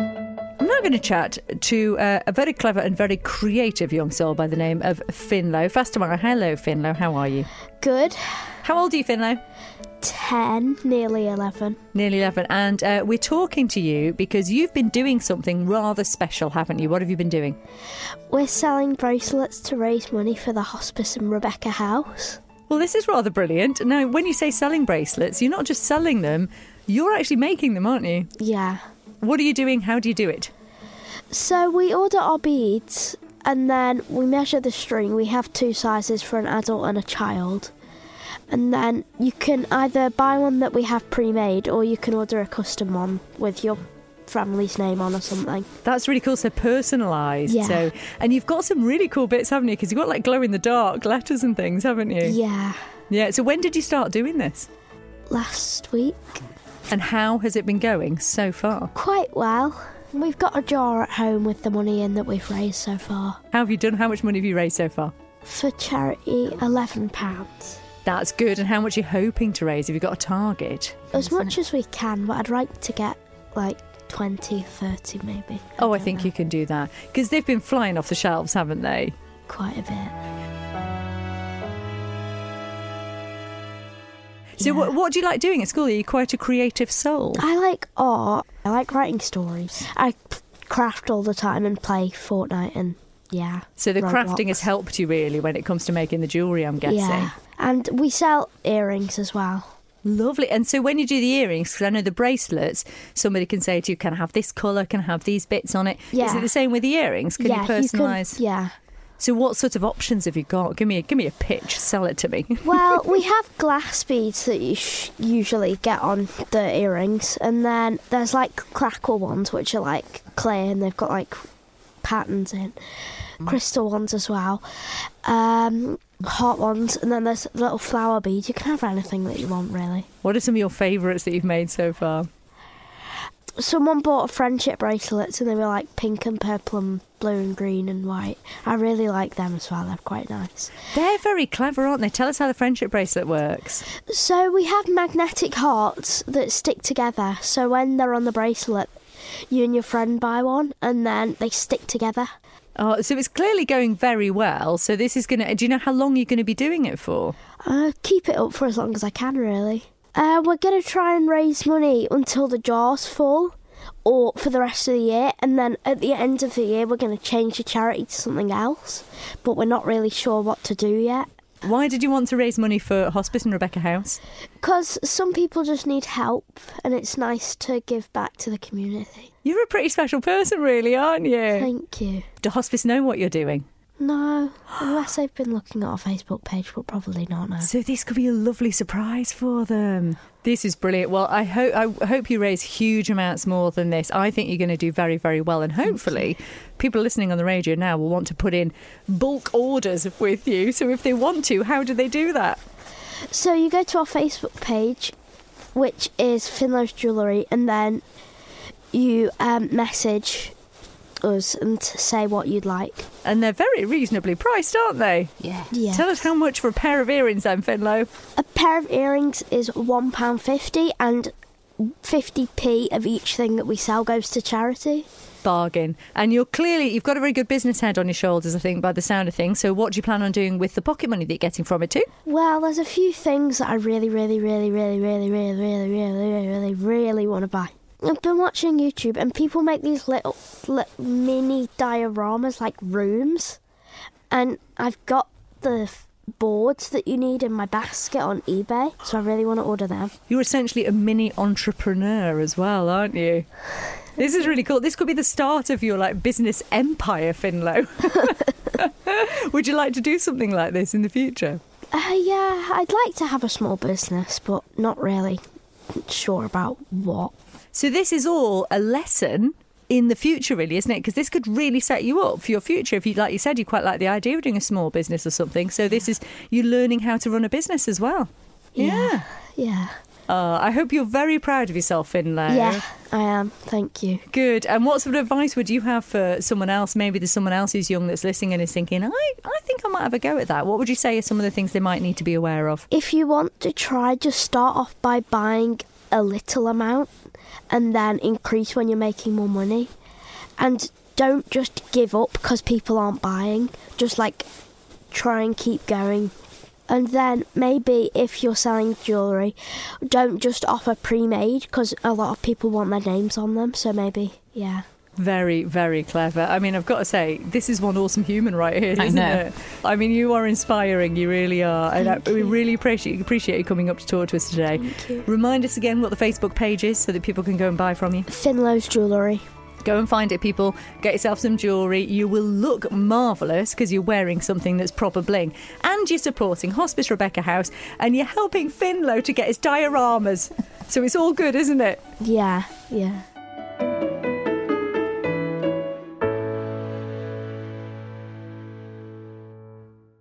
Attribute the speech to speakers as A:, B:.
A: going to chat to uh, a very clever and very creative young soul by the name of Finlow. Fastamara, hello, Finlow. How are you?
B: Good.
A: How old are you, Finlow?
B: 10, nearly 11.
A: Nearly 11. And uh, we're talking to you because you've been doing something rather special, haven't you? What have you been doing?
B: We're selling bracelets to raise money for the hospice in Rebecca House.
A: Well, this is rather brilliant. Now, when you say selling bracelets, you're not just selling them, you're actually making them, aren't you?
B: Yeah.
A: What are you doing? How do you do it?
B: So we order our beads and then we measure the string. We have two sizes for an adult and a child. And then you can either buy one that we have pre made or you can order a custom one with your family's name on or something.
A: That's really cool. So personalised.
B: Yeah.
A: So, and you've got some really cool bits, haven't you? Because you've got like glow in the dark letters and things, haven't you?
B: Yeah.
A: Yeah. So when did you start doing this?
B: Last week.
A: And how has it been going so far?
B: Quite well. We've got a jar at home with the money in that we've raised so far.
A: How have you done? How much money have you raised so far?
B: For charity, £11.
A: That's good. And how much are you hoping to raise? Have you got a target?
B: As much as we can, but I'd like to get like 20, 30 maybe.
A: Oh, I
B: don't
A: think
B: know.
A: you can do that. Because they've been flying off the shelves, haven't they?
B: Quite a bit.
A: So, what, what do you like doing at school? Are you quite a creative soul?
B: I like art. I like writing stories. I p- craft all the time and play Fortnite and yeah.
A: So, the crafting has
B: Roblox.
A: helped you really when it comes to making the jewellery, I'm guessing.
B: Yeah. And we sell earrings as well.
A: Lovely. And so, when you do the earrings, because I know the bracelets, somebody can say to you, Can I have this colour? Can I have these bits on it? Is
B: Yeah.
A: it the same with the earrings? Can
B: yeah,
A: you personalise?
B: can- yeah.
A: So, what sort of options have you got? Give me a, give me a pitch, sell it to me.
B: Well, we have glass beads that you sh- usually get on the earrings, and then there's like crackle ones, which are like clear and they've got like patterns in, crystal ones as well, um, heart ones, and then there's little flower beads. You can have anything that you want, really.
A: what are some of your favourites that you've made so far?
B: Someone bought friendship bracelets, and they were like pink and purple and blue and green and white. I really like them as well. They're quite nice.
A: They're very clever, aren't they? Tell us how the friendship bracelet works.
B: So we have magnetic hearts that stick together. So when they're on the bracelet, you and your friend buy one, and then they stick together.
A: Oh, so it's clearly going very well. So this is going to. Do you know how long you're going to be doing it for?
B: Uh, keep it up for as long as I can, really. Uh, we're gonna try and raise money until the jar's full, or for the rest of the year, and then at the end of the year we're gonna change the charity to something else. But we're not really sure what to do yet.
A: Why did you want to raise money for Hospice and Rebecca House?
B: Because some people just need help, and it's nice to give back to the community.
A: You're a pretty special person, really, aren't you?
B: Thank you.
A: Do Hospice know what you're doing?
B: No, unless they've been looking at our Facebook page, but probably not now.
A: So this could be a lovely surprise for them. This is brilliant. Well, I hope I hope you raise huge amounts more than this. I think you're going to do very very well and hopefully people listening on the radio now will want to put in bulk orders with you. So if they want to, how do they do that?
B: So you go to our Facebook page, which is Finlow's Jewellery, and then you um, message us and t- say what you'd like.
A: And they're very reasonably priced, aren't they?
C: Yeah.
B: Yeah.
A: Tell us how much for a pair of earrings then, Finlow.
B: a pair of earrings is £1.50 and 50p of each thing that we sell goes to charity.
A: Bargain. And you're clearly you've got a very good business head on your shoulders, I think, by the sound of things. So what do you plan on doing with the pocket money that you're getting from it too?
B: Well, there's a few things that I really, really, really, really, really, really, really, really, really, really, really want to buy. I've been watching YouTube and people make these little, li mini dioramas like rooms, and I've got the f- boards that you need in my basket on eBay, so I really want to order them.
A: You're essentially a mini entrepreneur as well, aren't you? This is really cool. This could be the start of your like business empire, Finlow. Would you like to do something like this in the future?
B: Uh, yeah, I'd like to have a small business, but not really sure about what.
A: So this is all a lesson in the future, really, isn't it? Because this could really set you up for your future. If you like, you said you quite like the idea of doing a small business or something. So this is you learning how to run a business as well. Yeah.
B: Yeah.
A: Uh, I hope you're very proud of yourself, Finlow.
B: Yeah, I am. Thank you.
A: Good. And what sort of advice would you have for someone else? Maybe there's someone else who's young that's listening and is thinking, I, I think I might have a go at that. What would you say are some of the things they might need to be aware of?
B: if you want to try, just start off by buying a little amount and then increase when you're making more money. And don't just give up because people aren't buying. Just like try and keep going. And then maybe if you're selling jewellery, don't just offer pre made because a lot of people want their names on them. So maybe, yeah.
A: Very, very clever. I mean, I've got to say, this is one awesome human right here, isn't
C: I know.
A: it? I mean, you are inspiring. You really are, and I, we really appreciate appreciate you coming up to talk to us today.
B: Thank you.
A: Remind us again what the Facebook page is, so that people can go and buy from you.
B: Finlow's jewellery.
A: Go and find it, people. Get yourself some jewellery. You will look marvellous because you're wearing something that's proper bling. And you're supporting Hospice Rebecca House and you're helping Finlow to get his dioramas. so it's all good, isn't it?
B: Yeah, yeah.